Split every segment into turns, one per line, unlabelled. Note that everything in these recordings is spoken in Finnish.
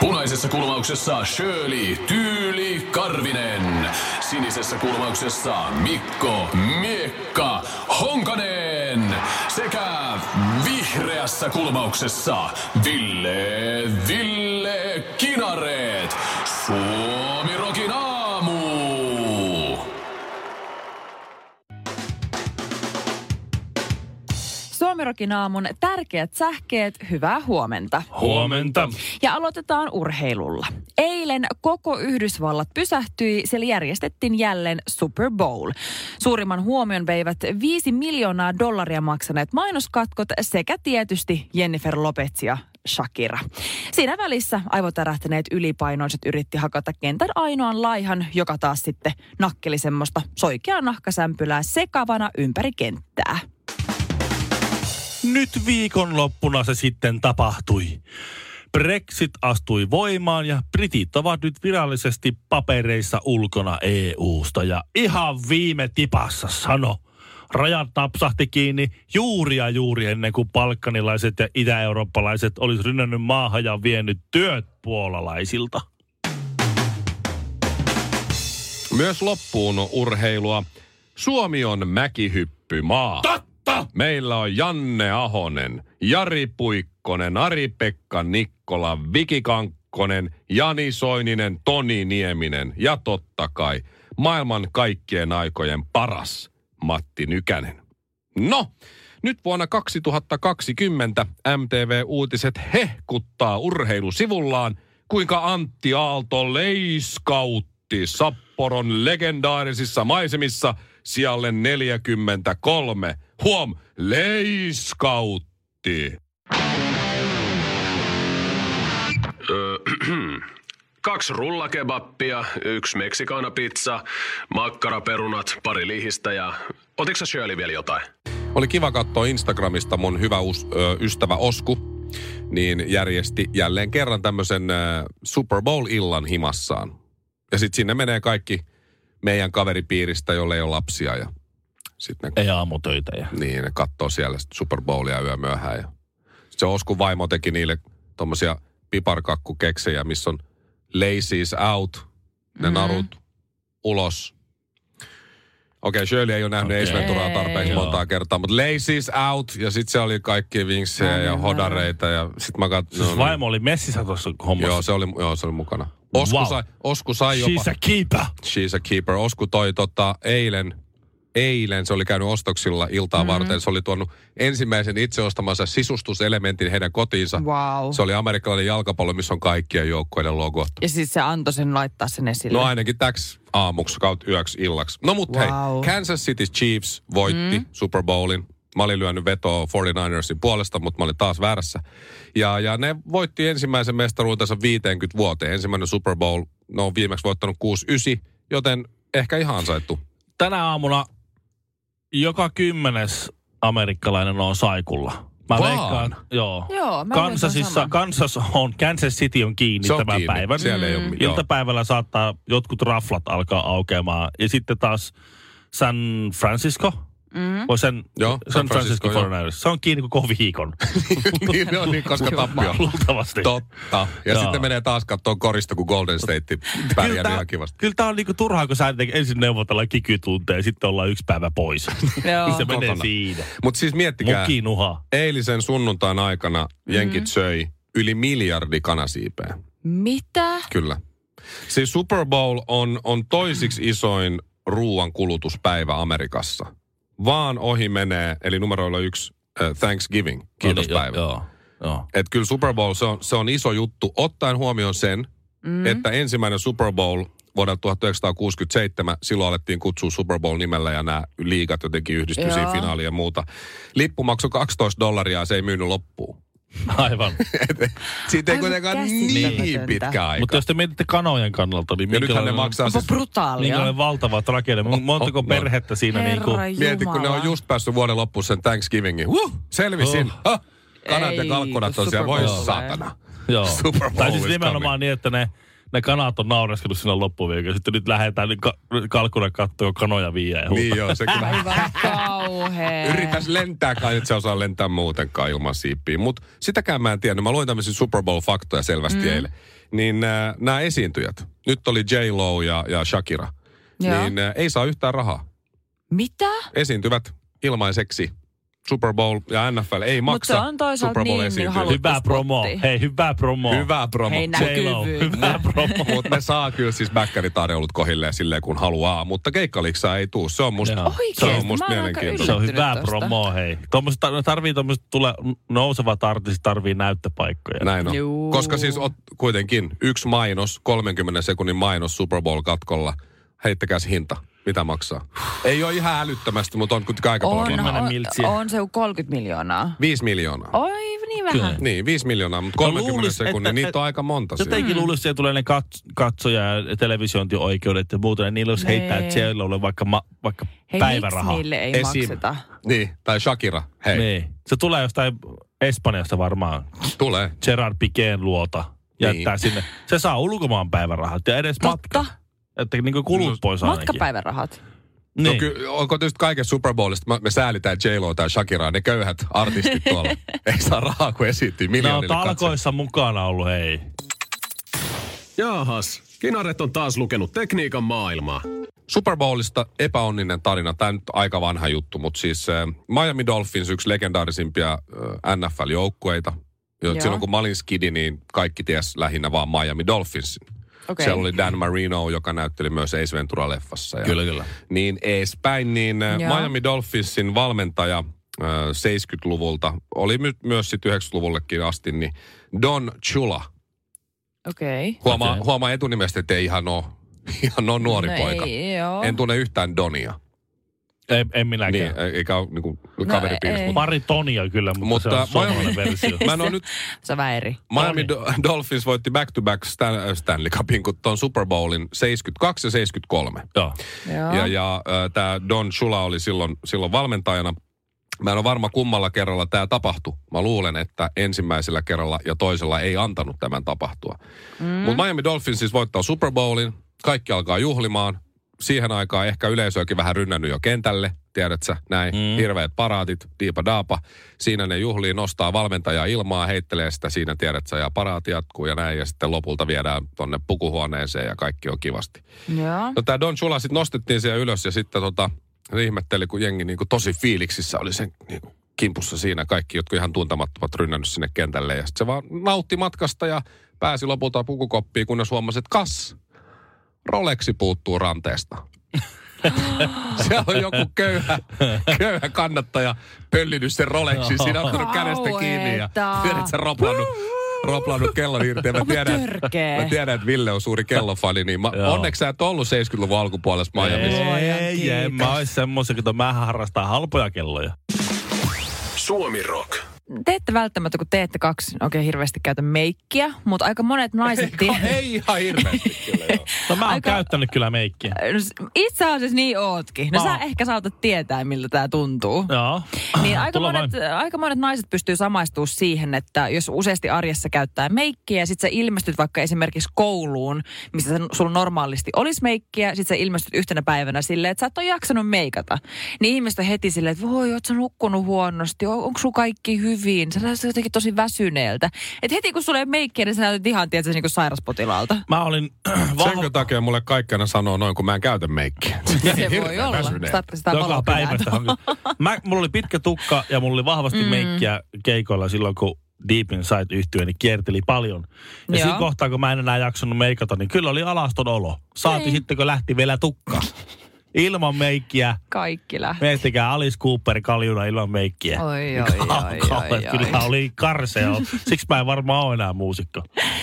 Punaisessa kulmauksessa Shirley Tyyli Karvinen. Sinisessä kulmauksessa Mikko Miekka Honkanen. Sekä vihreässä kulmauksessa Ville Ville Kinareet. Suomi Rokin aamu.
Suomirokin aamun tärkeät sähkeet, hyvää huomenta.
Huomenta.
Ja aloitetaan urheilulla. Eilen koko Yhdysvallat pysähtyi, siellä järjestettiin jälleen Super Bowl. Suurimman huomion veivät 5 miljoonaa dollaria maksaneet mainoskatkot sekä tietysti Jennifer Lopez ja Shakira. Siinä välissä aivotärähtäneet ylipainoiset yritti hakata kentän ainoan laihan, joka taas sitten nakkeli semmoista soikeaa nahkasämpylää sekavana ympäri kenttää.
Nyt viikonloppuna se sitten tapahtui. Brexit astui voimaan ja britit ovat nyt virallisesti papereissa ulkona EU-sta. Ja ihan viime tipassa sano, rajat napsahti kiinni juuri ja juuri ennen kuin palkkanilaiset ja itä-eurooppalaiset olisi rynnännyt maahan ja vienyt työt puolalaisilta.
Myös loppuun urheilua. Suomi on mäkihyppymaa.
Totta!
Meillä on Janne Ahonen, Jari Puikkonen, Ari-Pekka Nikkola, Viki Kankkonen, Jani Soininen, Toni Nieminen ja totta kai maailman kaikkien aikojen paras Matti Nykänen. No, nyt vuonna 2020 MTV Uutiset hehkuttaa urheilusivullaan, kuinka Antti Aalto leiskautti Sapporon legendaarisissa maisemissa sijalle 43. Huom, leiskautti.
Kaksi rullakebappia, yksi meksikaanapizza, makkaraperunat, pari lihistä ja... Otitko sä Shirley vielä jotain?
Oli kiva katsoa Instagramista mun hyvä us, ö, ystävä Osku, niin järjesti jälleen kerran tämmöisen ö, Super Bowl-illan himassaan. Ja sitten sinne menee kaikki meidän kaveripiiristä, jolle ei ole lapsia ja sitten ne,
Ei aamutöitä ja
niin, ne katsoo siellä sit Super Bowlia yö myöhään. Ja sit se Oskun vaimo teki niille tommosia piparkakkukeksejä, missä on Laces out, ne narut ulos. Okei, okay, Shirley ei ole nähnyt
Okei.
okay. Ace Venturaa tarpeeksi
Joo.
montaa kertaa, mutta Laces out ja sitten se oli kaikki vinksejä ja hodareita ja sitten mä katsoin.
Siis vaimo oli messissä tuossa hommassa.
niin. joo, se oli, joo, se oli mukana. Osku,
Wow. Siis
sai, Osku sai jopa...
She's a keeper.
She's a keeper. Osku toi tota, eilen, eilen se oli käynyt ostoksilla iltaa mm-hmm. varten. Se oli tuonut ensimmäisen itse ostamansa sisustuselementin heidän kotiinsa.
Wow.
Se oli amerikkalainen jalkapallo, missä on kaikkien joukkoiden logot.
Ja siis se antoi sen laittaa sen esille.
No ainakin täksi aamuksi kautta yöksi illaksi. No mut
Wow.
hei, Kansas City Chiefs voitti mm. Super Bowlin. Mä olin lyönyt vetoa 49ersin puolesta, mutta mä olin taas väärässä. Ja, ja ne voitti ensimmäisen mestaruutensa 50 vuoteen. Ensimmäinen Super Bowl, ne on viimeksi voittanut 6-9, joten ehkä ihan ansaittu.
tänä aamuna joka kymmenes amerikkalainen on saikulla. Mä
Vaan?
veikkaan, joo.
Joo, mä veikkaan
Kansasissa,
saman.
Kansas on, Kansas City on kiinni
Se on
tämän
kiinni.
päivän.
Siellä ei oo mitään.
Iltapäivällä saattaa jotkut raflat alkaa aukeamaan. Ja sitten taas San Francisco, mm.
Mm-hmm.
Voi sen,
Joo,
San
San
Francisco,
Francisco,
Francisco 49ers. Se on kiinni koko viikon,
niin ne on niin, koska tappio.
luultavasti.
Totta. Ja
Joo.
sitten menee taas katsoa korista, kun Golden State pärjää
tää-
ihan kivasti.
kyllä tää on niinku turhaa, kun sä ensin neuvotellaan kikytunteja ja sitten ollaan yksi päivä pois.
Joo.
Niin Se menee
Kotona.
siinä.
Mutta siis miettikää.
Mukinuha.
eilisen sunnuntain aikana
Mhm.
jenkit söi yli miljardi kanasiipeä.
Mitä?
Kyllä. Siis Super Bowl on, on toisiksi isoin ruoan kulutuspäivä Amerikassa. Vaan ohi menee, eli numeroilla yksi äh, Thanksgiving, kiitospäivä.
No niin, Joo, joo, joo.
Et kyllä Super Bowl, se on, se on iso juttu, ottaen huomioon sen,
Mhm.
mm. että ensimmäinen Super Bowl vuodelta 1967, silloin alettiin kutsua Super Bowl nimellä ja nämä liigat jotenkin yhdistyi siinä
Joo.
finaaliin ja muuta. Lippu maksoi 12 dollaria ja se ei myynyt loppuun.
Aivan.
Siitä ei
Aivan
kuitenkaan niin
käsittämätöntä.
pitkä aika.
Mutta jos te mietitte kanojen kannalta, niin
ja nythän ne
minkälainen,
maksaa
Onpa
siis,
brutaalia.
minkälainen valtava tragedia. Mon- Montako
oh, no.
perhettä siinä niin kuin...
Herra
mieti kun ne on
Jumala.
just päässyt vuoden loppuun sen Thanksgivingin. Huh, selvisin.
Oh.
Oh. Kanat ja
Ei,
kalkkunat
kun
on siellä,
Super
voi
Bowl.
saatana.
Joo.
Super Bowl
tai siis
is
nimenomaan
coming.
niin, että ne, ne kanat on naureskellut siinä loppuviikolla. Sitten nyt lähdetään niin ka- kalkuna kattoon kanoja viiä ja
Niin joo, se kyllä.
Aivan kauhea.
Yritäs lentää kai, että se osaa lentää muutenkaan ilman siipiä. Mutta sitäkään mä en tiedä. Mä luin tämmöisiä Super Bowl-faktoja selvästi mm. eilen. Niin äh, nämä esiintyjät, nyt oli J-Lo ja, ja Shakira,
Joo.
niin äh, ei saa yhtään rahaa.
Mitä?
esiintyvät ilmaiseksi. Super Bowl ja NFL ei
Mutta se
maksa
on toisaalta
Super
niin,
Bowl
niin
esiintyjille.
haluttu
Hyvä promo.
spotti.
Hei, hyvä promo.
Hyvä promo.
Hei, nä-
J-Lo,
Näkyvyyttä.
hyvä promo.
Mutta ne saa kyllä siis bäkkäritarjoulut kohilleen silleen kun haluaa, mutta keikkaliiksaa ei tuu. Se on musta,
Joo.
se
Oikeesti?
on musta
Mä oon aika
Se
mielenkiintoista.
on
yllättynyt
hyvää
tosta.
promo, hei. Tuommoiset tar- tarvii tuommoiset tule nousevat artistit, tarvii näyttöpaikkoja.
Näin on.
Juu.
Koska siis on kuitenkin yksi mainos, 30 sekunnin mainos Super Bowl-katkolla. Heittäkääs hinta, mitä maksaa. Ei ole ihan älyttömästi, mutta on kuitenkin aika
On,
paljon.
on,
Kymmenen miltsiä.
on se 30 miljoonaa.
5 miljoonaa.
Oi, niin
Kyllä.
vähän.
Niin, 5 miljoonaa, mutta
No
30
luulis,
sekunnin,
että-
niitä on aika monta. siinä.
Jotenkin luulisi, että siellä tulee ne kat- katsoja ja televisiointioikeudet ja muuta, ja niillä olisi
Nee.
heittää Jellolle vaikka, ma- vaikka
Hei,
päivärahaa.
miksi niille ei
Esim.
makseta?
Niin, tai Shakira, hei,
Niin. Se tulee jostain Espanjasta varmaan.
tulee.
Gerard Piqueen luota jättää
Niin.
sinne. Se saa ulkomaan päivärahat ja edes
Totta.
matka. Että niinku kulut
No,
pois ainakin.
Matkapäivärahat.
Niin.
No kyllä, onko tietysti kaikessa Super Bowlista, me- me säälitään J-Lo tai Shakiraa, ne köyhät artistit tuolla. Ei saa rahaa, kun esiintyy
ne on
miljoonille katsojille.
talkoissa mukana ollut, hei.
Jaahas, Kinaret on taas lukenut tekniikan maailmaa.
Super Bowlista epäonninen tarina. Tämä nyt aika vanha juttu, mutta siis äh, Miami Dolphins, yksi legendaarisimpia äh, NFL-joukkueita. Jo,
Joo.
silloin kun mä olin skidi, niin kaikki ties lähinnä vaan Miami Dolphins.
Okei.
Siellä oli Dan Marino, joka näytteli myös Ace Ventura-leffassa. Ja
kyllä.
niin edespäin, niin ä,
Joo.
Miami Dolphinsin valmentaja ä, 70-luvulta, oli my- myös sitten 90-luvullekin asti, niin Don Chula.
Okei. Okay.
Huomaa,
Okei.
okay. huomaa etunimestä, että ei ihan ole, ihan ole nuori no poika.
Ei, joo.
En tunne yhtään Donia,
Ei, en minäkään.
niin, ä, eikä ole niinku,
No
kaveripiirissä.
ei.
mutta-
Pari tonia kyllä, mutta, mutta
Mutta
se on
mä-
suomalainen versio.
Mä en ole nyt,
Se on vähän eri.
Miami Do- Dolphins voitti back-to-back Stan- Stanley Cupin, kun tuon Super Bowlin 72 ja 73.
Joo.
Joo.
Ja, ja tämä Don Shula oli silloin, silloin valmentajana. Mä en ole varma kummalla kerralla tämä tapahtui. Mä luulen, että ensimmäisellä kerralla ja toisella ei antanut tämän tapahtua. Mm. Mutta Miami Dolphins siis voittaa Super Bowlin. Kaikki alkaa juhlimaan. Siihen aikaan ehkä yleisöäkin vähän rynnännyt jo kentälle, tiedätkö näin. Mm. Hirveät paraatit, diipa daapa. Siinä ne juhlii, nostaa valmentajaa ilmaa, heittelee sitä siinä, tiedätkö, ja paraati jatkuu ja näin. Ja sitten lopulta viedään tonne pukuhuoneeseen ja kaikki on kivasti.
Joo.
No tämä Don Chula sitten nostettiin siellä ylös ja sitten tota, ne ihmetteli, kun jengi niinku tosi fiiliksissä oli sen niinku kimpussa siinä kaikki, jotka ihan tuntemattomat rynnännyt sinne kentälle. Ja sitten se vaan nautti matkasta ja pääsi lopulta pukukoppiin, kunnes huomasi, että kas, Rolexi puuttuu ranteesta. Siellä on joku köyhä, köyhä kannattaja pöllinyt sen Rolexin. Siinä on ottanut kädestä kiinni ja
Kauheeta.
tiedät, se roplannut, roplannut kellon irti. Ja Mä
Onpa
tiedän,
törkeä.
mä tiedän, että Ville on suuri kellofani, niin mä,
Joo.
onneksi sä et ollut 70-luvun alkupuolessa Miamiissa.
Ei, ei, mä ois semmoisen, kun mä harrastan halpoja kelloja.
Suomi Rock.
Te ette välttämättä, kun teette kaksi, okei okay, hirveästi käytä meikkiä, mutta aika monet naiset...
Ka- Ei ihan hirveästi kyllä, joo.
No mä oon
Aika-
käyttänyt kyllä meikkiä.
No s- Itse asiassa niin ootkin. No
Mä
sä
oon.
ehkä saatat tietää, miltä tämä tuntuu.
Joo.
Niin aika
No, Tulla
monet, aika monet naiset pystyy samaistuu siihen, että jos useasti arjessa käyttää meikkiä ja sit sä ilmestyt vaikka esimerkiksi kouluun, missä sä- sulla normaalisti olisi meikkiä, sit sä ilmestyt yhtenä päivänä silleen, että sä et ole jaksanut meikata. Niin ihmiset on heti silleen, että voi, oot sä nukkunut huonosti, on, onko sun kaikki hyvin, sä näytät jotenkin tosi väsyneeltä. Et heti kun sulla ei ole meikkiä, niin sä näytät ihan, tiedätkö, niin kuin sairaspotilaalta.
Mä olin vahva
Senkö takia mulle kaikkena sanoo noin, kun mä en käytä meikkiä.
Se voi
Hirveän
olla.
väsyneen.
Sitä, sitä
Joka päivä sitä on. Mä, mulla oli pitkä tukka ja mulla oli vahvasti mm. meikkiä keikoilla silloin, kun Deep Inside yhtyä, niin kierteli paljon. Ja
Joo.
siinä kohtaa, kun mä en enää jaksanut meikata, niin kyllä oli alaston olo. Saati
Ei.
sitten, kun lähti vielä tukka. Ilman meikkiä.
Kaikki lähtee.
Miettikää Alice Cooper kaljuna ilman meikkiä. Niin
Oi, oi, oi, oi, oi.
Kyllä oli karsea. olo. Siksi mä en varmaan ole enää muusikko.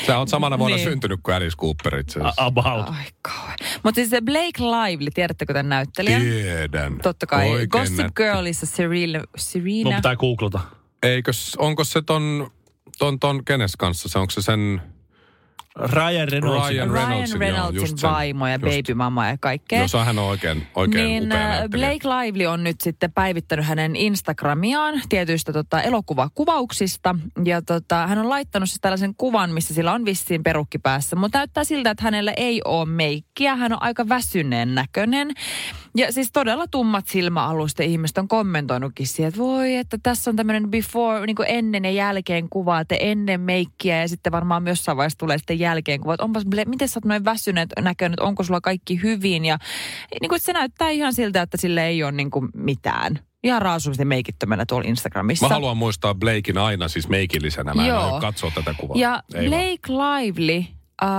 Sä oot samana vuonna
Niin.
syntynyt kuin Alice Cooper itse
A-
asiassa.
About.
Ai kauhean. Mutta siis se Blake Lively, tiedättekö tämän näyttelijän?
Tiedän.
Totta kai.
Oikein No,
Gossip
nätti.
Girlissa Serena. Serena.
Mun pitää googlata.
Eikös, onko se ton, ton, ton kenes kanssa? Se, onko se sen
Ryan Reynolds.
Ryan
Ryan
Reynoldsin,
Reynoldsin,
joo, just sen.
vaimo ja
Just.
babymamma ja kaikkea.
Jos hän on oikein, oikein
niin
upea
äh,
näyttelijä.
Blake Lively on nyt sitten päivittänyt hänen Instagramiaan tietyistä tota, elokuvakuvauksista. Ja tota, hän on laittanut siis tällaisen kuvan, missä sillä on vissiin perukki päässä. Mutta näyttää siltä, että hänellä ei ole meikkiä. Hän on aika väsyneen näköinen. Ja siis todella tummat silmäalusta ihmiset on kommentoinutkin siihen, että voi, että tässä on tämmöinen before, niin kuin ennen ja jälkeen kuva, että ennen meikkiä ja sitten varmaan jossain vaiheessa tulee sitten jälkeen kuva, että onpas, ble- miten sä oot noin väsyneet näköinen, että onko sulla kaikki hyvin ja niin kuin se näyttää ihan siltä, että sille ei ole niin kuin mitään. Ihan raasumisen meikittömänä tuolla Instagramissa.
Mä haluan muistaa Blakein aina siis meikillisenä. Mä en
Joo.
aio katsoa tätä kuvaa.
Ja
Ei vaan.
Blake Lively äh,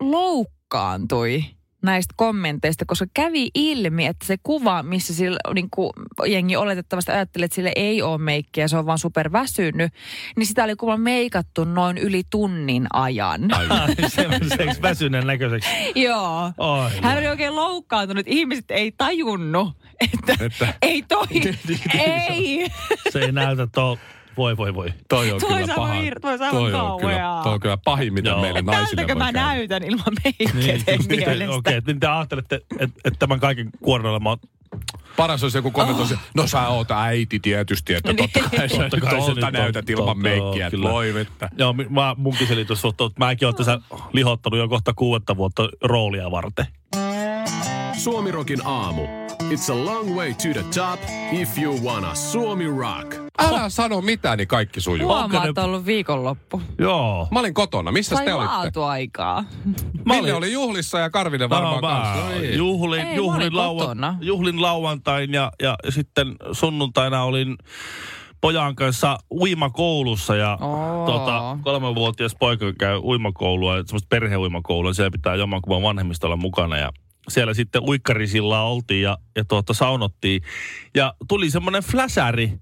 loukkaantui näistä kommenteista, koska kävi ilmi, että se kuva, missä sillä, niin kuin, jengi oletettavasti ajatteli, että sille ei ole meikkiä, se on vaan superväsynyt, niin sitä oli kuulemma meikattu noin yli tunnin ajan.
Ai,
Semmoiseksi väsyneen näköiseksi.
Joo.
Ai,
Hän oli oikein loukkaantunut. Ihmiset ei tajunnut, että
Että-
ei toi,
Niin,
ei.
se ei näytä tuo. Voi, voi, voi.
toi on
Toi
kyllä
saa
paha.
vaan ir- toi saa
toi,
vaan
on kyllä,
kauheaa.
toi on kyllä pahin, mitä
Joo.
meille naisille
Tältäkö
voi
mä
käydä. Niin,
näytän ilman meikkiä teidän
Niin, Okei,
mielestä?
okay, niin te ajattelette, että et tämän kaiken kuorella mä oon
Paras olisi joku
Oh.
kommentoisi, no sä oot äiti tietysti, että
Niin.
totta kai sä
Totta
nyt
kai se nyt
tolta
on.
näytät ilman
Totta, joo,
meikkiä,
kyllä.
voi vettä.
Joo, mi- mä, munkin selitys suhtuu, että mäkin oon tässä lihottanut jo kohta kuudetta vuotta roolia varten.
Suomirokin aamu. It's a long way to the top if you wanna Suomi rock.
Älä sano mitään, niin kaikki sujuu.
Huomaa,
ne-
että on ollut viikonloppu.
Joo.
Mä olin kotona, missä
Sai
te olitte?
laatuaikaa.
Mä
Minne oli juhlissa ja Karvinen varmaan kanssa. No niin.
juhlin,
Ei, mä
juhlin,
olin
laua,
kotona.
juhlin lauantain ja, ja sitten sunnuntaina olin pojan kanssa uimakoulussa ja
Oo.
tota, kolmevuotias poika käy uimakoulua, semmoista perheuimakoulua, ja siellä pitää jomankumman vanhemmista olla mukana ja siellä sitten uikkarisilla oltiin ja, ja tuota, saunottiin. Ja tuli semmoinen fläsäri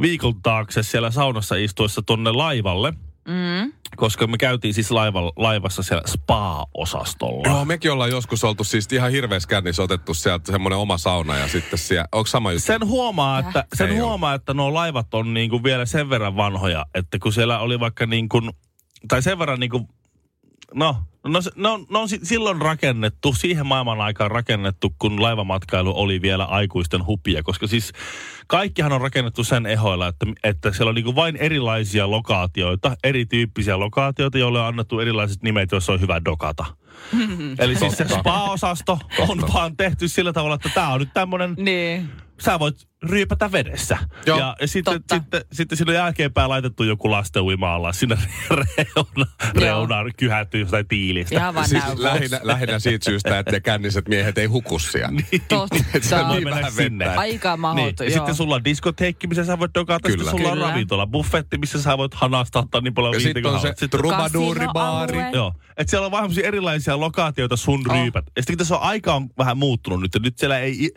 viikon taakse siellä saunassa istuessa tonne laivalle,
Mm.
koska me käytiin siis laiva, laivassa siellä spa-osastolla.
Joo, No, mekin ollaan joskus oltu siis ihan hirveässä kännissä otettu sieltä semmoinen oma sauna ja sitten siellä, onko sama juttu?
Sen huomaa, että, sen
Ei
huomaa, että nuo laivat on niinku vielä sen verran vanhoja, että kun siellä oli vaikka niin kuin, tai sen verran niin kuin, no, no, se- no, no si- silloin rakennettu, siihen maailman aikaan rakennettu, kun laivamatkailu oli vielä aikuisten hupia, koska siis kaikkihan on rakennettu sen ehoilla, että, että siellä on niin vain erilaisia lokaatioita, erityyppisiä lokaatioita, joille on annettu erilaiset nimet, joissa on hyvä dokata. Eli siis se
Totta.
spa-osasto on
Totta.
vaan tehty sillä tavalla, että tämä on nyt tämmöinen
Niin.
sä voit ryypätä vedessä.
Joo,
ja sitten,
totta.
sitten, sitten sinne jälkeenpäin laitettu joku lasten uimaalla sinne reuna, reunaan kyhätty jostain tiilistä.
Ihan vaan
Siis
siis
lähinnä, lähinnä siitä syystä, että ne känniset miehet ei huku
No,
siellä. Niin. Se on
Voi
niin
Totta.
mennä
vähän vettä.
sinne.
Aika
Niin.
mahdoton,
Ja
joo.
sitten sulla on diskoteekki, missä sä voit dokata. Sitten
Kyllä.
sulla on
Kyllä.
ravintola, buffetti, missä sä voit hanastahtaa niin paljon
Ja
viintä
sitten
kuin
on se
haluat. Sitten-
trubaduuribaari.
Kasinoalue.
Joo. Et siellä on vähän semmosia erilaisia lokaatioita sun
Oh.
ryypät. Ja sitten kun tässä on aika on vähän muuttunut nyt. ja Nyt siellä ei,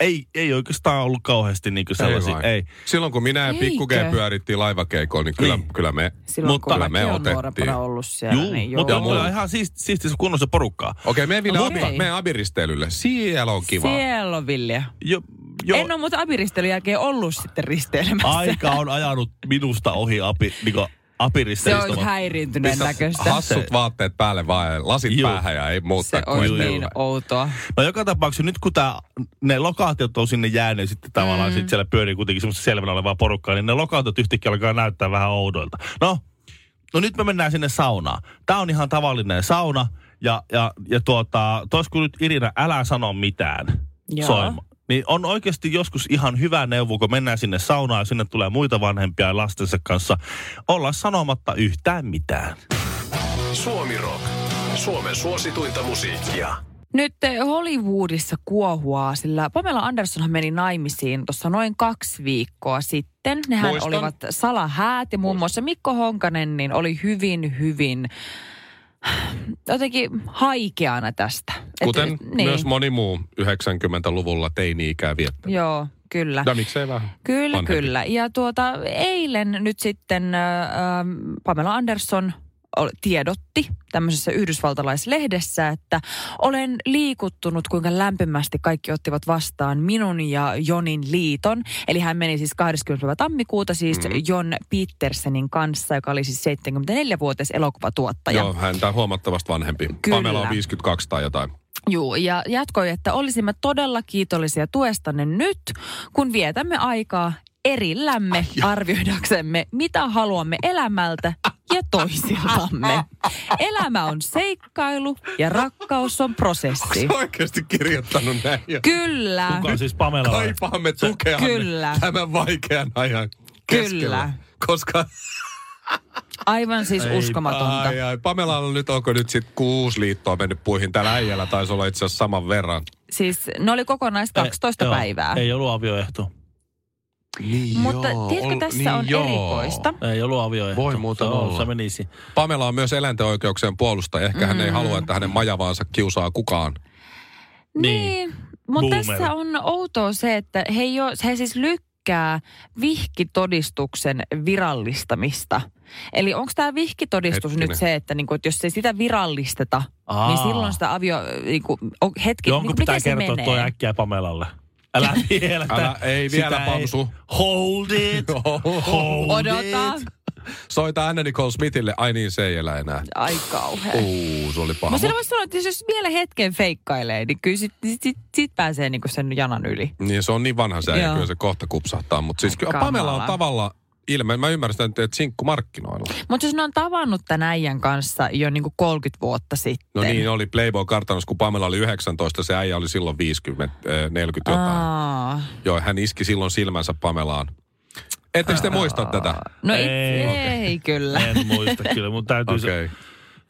ei, ei oikeastaan ollut kauheasti niinku sellaisia.
vai?
Ei,
Silloin kun minä ja
Eikö?
Pikku G pyörittiin laivakeikoon, niin kyllä,
Niin.
kyllä me...
Silloin
Mutta
kun
kyllä me
mäkin olen
otettiin.
nuorempana ollut siellä.
Juu,
niin
mutta
joo.
on kyllä ihan siisti, siisti kunnossa porukkaa.
Okei, me vielä
No,
abi,
okei.
meidän abiristeilylle. Siellä on kiva.
Siellä on villiä.
Jo, jo,
Joo. En ole muuten abiristelyn jälkeen ollut sitten risteilemässä.
aika on ajanut minusta ohi api, niinku,
Se
apiristeistä.
on häiriintyneen
Pistä
näköistä.
hassut vaatteet päälle vaan ja lasit
Juu.
päähän ja ei muuta.
Se on
kuin-
niin outoa.
No joka tapauksessa nyt kun tää, ne lokaatiot on sinne jääneet sitten tavallaan mm. sit siellä pyörii kuitenkin semmoista selvänä olevaa porukkaa, niin ne lokaatiot yhtäkkiä alkaa näyttää vähän oudoilta. No, no nyt me mennään sinne saunaan. Tää on ihan tavallinen sauna ja, ja, ja tuota, tois kun nyt Irina, älä sano mitään.
Joo.
Soima. Niin on oikeasti joskus ihan hyvä neuvo, kun mennään sinne saunaan ja sinne tulee muita vanhempia lastensa kanssa, olla sanomatta yhtään mitään.
Äh.
Suomi rock. Suomen suosituinta musiikkia.
Nyt eh, Hollywoodissa kuohuaa, sillä Pamela Andersonhan meni naimisiin tuossa noin kaksi viikkoa sitten. Nehän
Muistan.
olivat salahäät ja muun muassa Mikko Honkanen niin oli hyvin, hyvin jotenkin haikeana tästä. Et-
Kuten
niin,
myös moni muu 90-luvulla teini-ikää viettää.
Joo, kyllä.
Ja miksei vähän
Kyllä,
vanhempi.
kyllä. Ja tuota, eilen nyt sitten äh, ähm, Pamela Anderson o- tiedotti tämmöisessä yhdysvaltalaislehdessä, että olen liikuttunut, kuinka lämpimästi kaikki ottivat vastaan minun ja Jonin liiton. Eli hän meni siis 20. päivä tammikuuta siis
Mm-hmm.
mm. Jon Petersenin kanssa, joka oli siis 74-vuotias elokuvatuottaja.
Joo, häntä on huomattavasti vanhempi.
Kyllä. Niin.
Pamela on 52 tai jotain.
Juu, ja jatkoi, että olisimme todella kiitollisia tuestanne nyt, kun vietämme aikaa erillämme arvioidaksemme, mitä haluamme elämältä ja toisiltamme. Elämä on seikkailu ja rakkaus on prosessi.
Oikeasti kirjoittanut näin. ja
Kyllä,
Kuka on siis Pamela? vai?
Kaipaamme tukea
Kyllä.
tämän vaikean ajan keskellä.
Kyllä.
Koska
aivan siis uskomatonta.
ai, ai, Pamela on nyt, onko nyt sitten kuusi liittoa mennyt puihin. Täällä äijällä taisi olla itse asiassa saman verran.
Siis ne oli kokonais 12
Ei, joo,
päivää.
Ei ollut avioehto.
Niin
Mutta tiedätkö,
niin
tässä on erikoista.
Ei ollut avioehto.
Voi muuten
se, on-
olla.
Se menisi.
Pamela on myös eläinten oikeuksien puolustaja. Ehkä mm. hän ei halua, että hänen majavaansa kiusaa kukaan.
Niin.
Niin, mutta
Boomer.
tässä on outoa se, että he, jo, he siis lykkää vihkitodistuksen virallistamista. Eli onko tämä vihkitodistus
Hetkinen.
nyt se, että niinku, et jos ei sitä virallisteta, Aa. niin
Aa.
silloin sitä avio... Niinku, o- hetki,
Jonkun
niinku,
pitää
miten se
kertoa
menee?
toi äkkiä Pamelalle. Älä vielä.
Älä-
tä-
ei vielä,
sitä ei-
Pamsu.
Hold it. Hold
Odota.
it.
Soita Anna Nicole Smithille. Ai niin, se ei elä enää.
Ai kauhea.
Uu, se oli paha.
Mutta sillä voisi sanoa, että jos vielä hetken feikkailee, niin kyllä sit, sit, sit, sit pääsee niinku sen janan yli.
Niin se on niin vanha se äijä,
Joo.
kyllä se kohta kupsahtaa. Mutta siis kyllä
kamala.
Pamela on tavalla ilme. Mä ymmärrän sitä nyt, että sinkkumarkkinoilla.
Mutta jos ne on tavannut tämän äijän kanssa jo niinku 30 vuotta sitten.
No niin, oli Playboy kartanossa, kun Pamela oli 19, se äijä oli silloin 50, eh, 40 jotain.
Aa.
Joo, hän iski silloin silmänsä Pamelaan. Ettekö te muista tätä?
No ei,
Ei.
ei kyllä.
En muista kyllä, mutta täytyy se
Okei. Okay.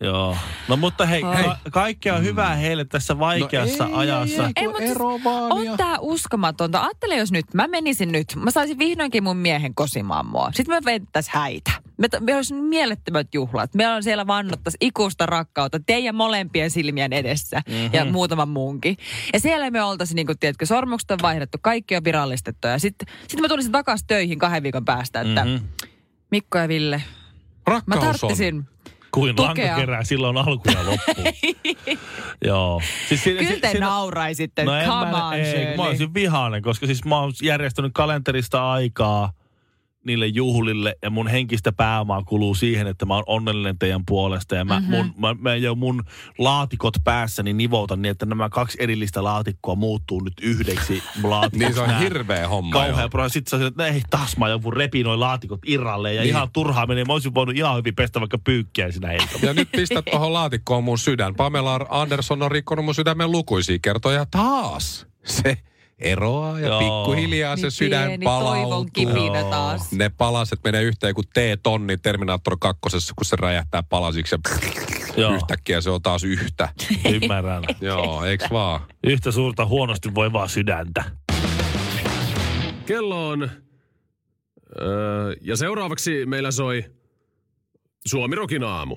Joo. No mutta hei,
Ai.
ka- kaikkea hyvää heille tässä vaikeassa
No ei,
ajassa.
ei,
Ei,
kun
mut siis
ero
niin
vaan ja-
on tää uskomatonta. Ajattele, jos nyt mä menisin nyt, mä saisin vihdoinkin mun miehen kosimaan mua. Sitten me vettäis häitä. Me, t- me olisi mielettömät juhlat. Meillä on siellä vannottas ikuista rakkautta teidän molempien silmien edessä mm-hmm. ja muutaman muunkin. Ja siellä me oltaisiin, niin kuin, tiedätkö, sormukset on vaihdettu, kaikki on virallistettu. Ja sitten sit mä tulisin takaisin töihin kahden viikon päästä, että mm-hmm. Mikko ja Ville, mä
Rakkaus on.
tarttisin.
Kuin
Tukea.
lanka kerää silloin alku ja loppu. Joo. Siis siinä-
Kyllä
si-
te
siinä-
nauraisitte. No Come
mä,
on,
ei, kun mä
Shirley.
olisin vihainen, koska siis mä oon järjestänyt kalenterista aikaa niille juhlille ja mun henkistä pääomaa kuluu siihen, että mä oon onnellinen teidän puolesta ja mä, mm-hmm. mun, mä, mä jo mun laatikot päässäni nivoutan niin, että nämä kaksi erillistä laatikkoa muuttuu nyt yhdeksi laatikoksi.
Niin se on
Nää-
hirveä homma.
kauhea
joo.
pro. Sitten sä sanoit, että ei taas mä joudun repii noi laatikot irralleen ja
Niin.
niin. ihan turhaa menee. Mä olisin voinut ihan hyvin pestä vaikka pyykkiä sinä iltana.
Ja nyt pistä tuohon laatikkoon mun sydän. Pamela Andersson on rikkonut mun sydämen lukuisia kertoja taas. Se eroaa ja
Joo.
pikkuhiljaa se
Niin
sydän
pieni
palautuu.
toivon kipinä taas.
Ne palaset menee yhteen kuin T-tonni Terminaattor 2, kun se räjähtää palasiksi ja
Joo.
yhtäkkiä se on taas yhtä.
Ymmärrän.
Joo, eiks vaan?
Yhtä suurta huonosti voi vaan sydäntä.
Kello on... Öö, ja seuraavaksi meillä soi Suomi Rokin aamu.